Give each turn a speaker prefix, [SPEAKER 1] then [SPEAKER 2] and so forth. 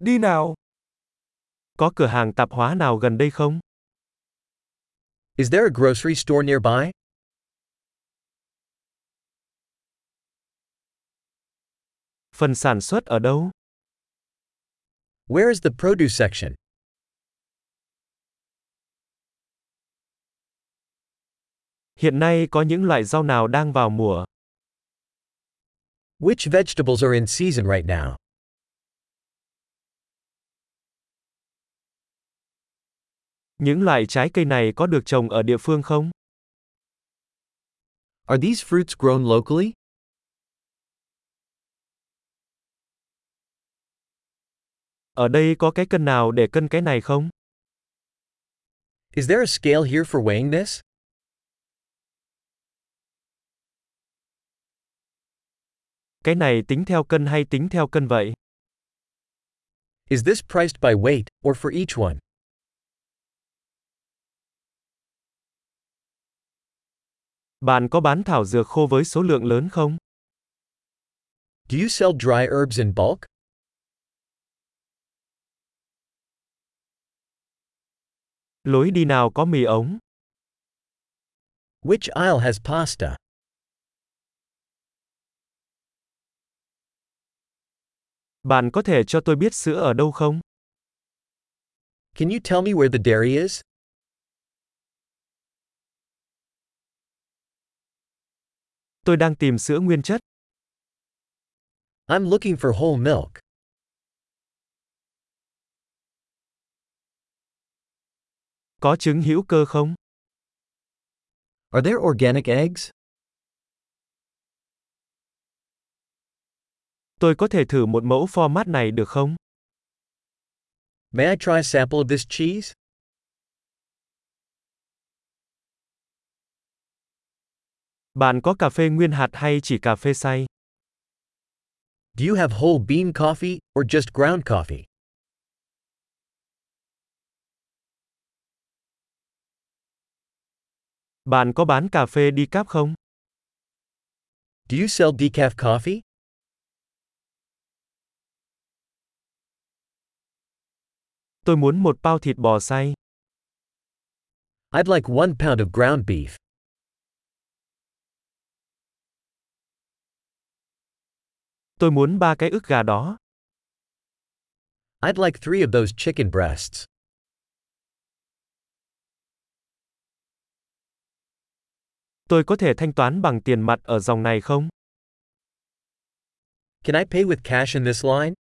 [SPEAKER 1] đi nào.
[SPEAKER 2] Có cửa hàng tạp hóa nào gần đây không?
[SPEAKER 3] Is there a grocery store nearby?
[SPEAKER 2] Phần sản xuất ở đâu?
[SPEAKER 3] Where is the produce section?
[SPEAKER 2] Hiện nay có những loại rau nào đang vào mùa?
[SPEAKER 3] Which vegetables are in season right now?
[SPEAKER 2] Những loại trái cây này có được trồng ở địa phương không?
[SPEAKER 3] Are these fruits grown locally?
[SPEAKER 2] Ở đây có cái cân nào để cân cái này không?
[SPEAKER 3] Is there a scale here for weighing this?
[SPEAKER 2] Cái này tính theo cân hay tính theo cân vậy?
[SPEAKER 3] Is this priced by weight or for each one?
[SPEAKER 2] Bạn có bán thảo dược khô với số lượng lớn không?
[SPEAKER 3] Do you sell dry herbs in bulk?
[SPEAKER 2] Lối đi nào có mì ống?
[SPEAKER 3] Which aisle has pasta?
[SPEAKER 2] Bạn có thể cho tôi biết sữa ở đâu không?
[SPEAKER 3] Can you tell me where the dairy is?
[SPEAKER 2] Tôi đang tìm sữa nguyên chất.
[SPEAKER 3] I'm looking for whole milk.
[SPEAKER 2] Có trứng hữu cơ không?
[SPEAKER 3] Are there organic eggs?
[SPEAKER 2] Tôi có thể thử một mẫu format này được không?
[SPEAKER 3] May I try a sample of this cheese?
[SPEAKER 2] Bạn có cà phê nguyên hạt hay chỉ cà phê xay?
[SPEAKER 3] Do you have whole bean coffee or just ground coffee?
[SPEAKER 2] Bạn có bán cà phê decaf không?
[SPEAKER 3] Do you sell decaf coffee?
[SPEAKER 2] Tôi muốn một bao thịt bò xay.
[SPEAKER 3] I'd like one pound of ground beef.
[SPEAKER 2] Tôi muốn ba cái ức gà đó.
[SPEAKER 3] I'd like three of those chicken breasts.
[SPEAKER 2] Tôi có thể thanh toán bằng tiền mặt ở dòng này không?
[SPEAKER 3] Can I pay with cash in this line?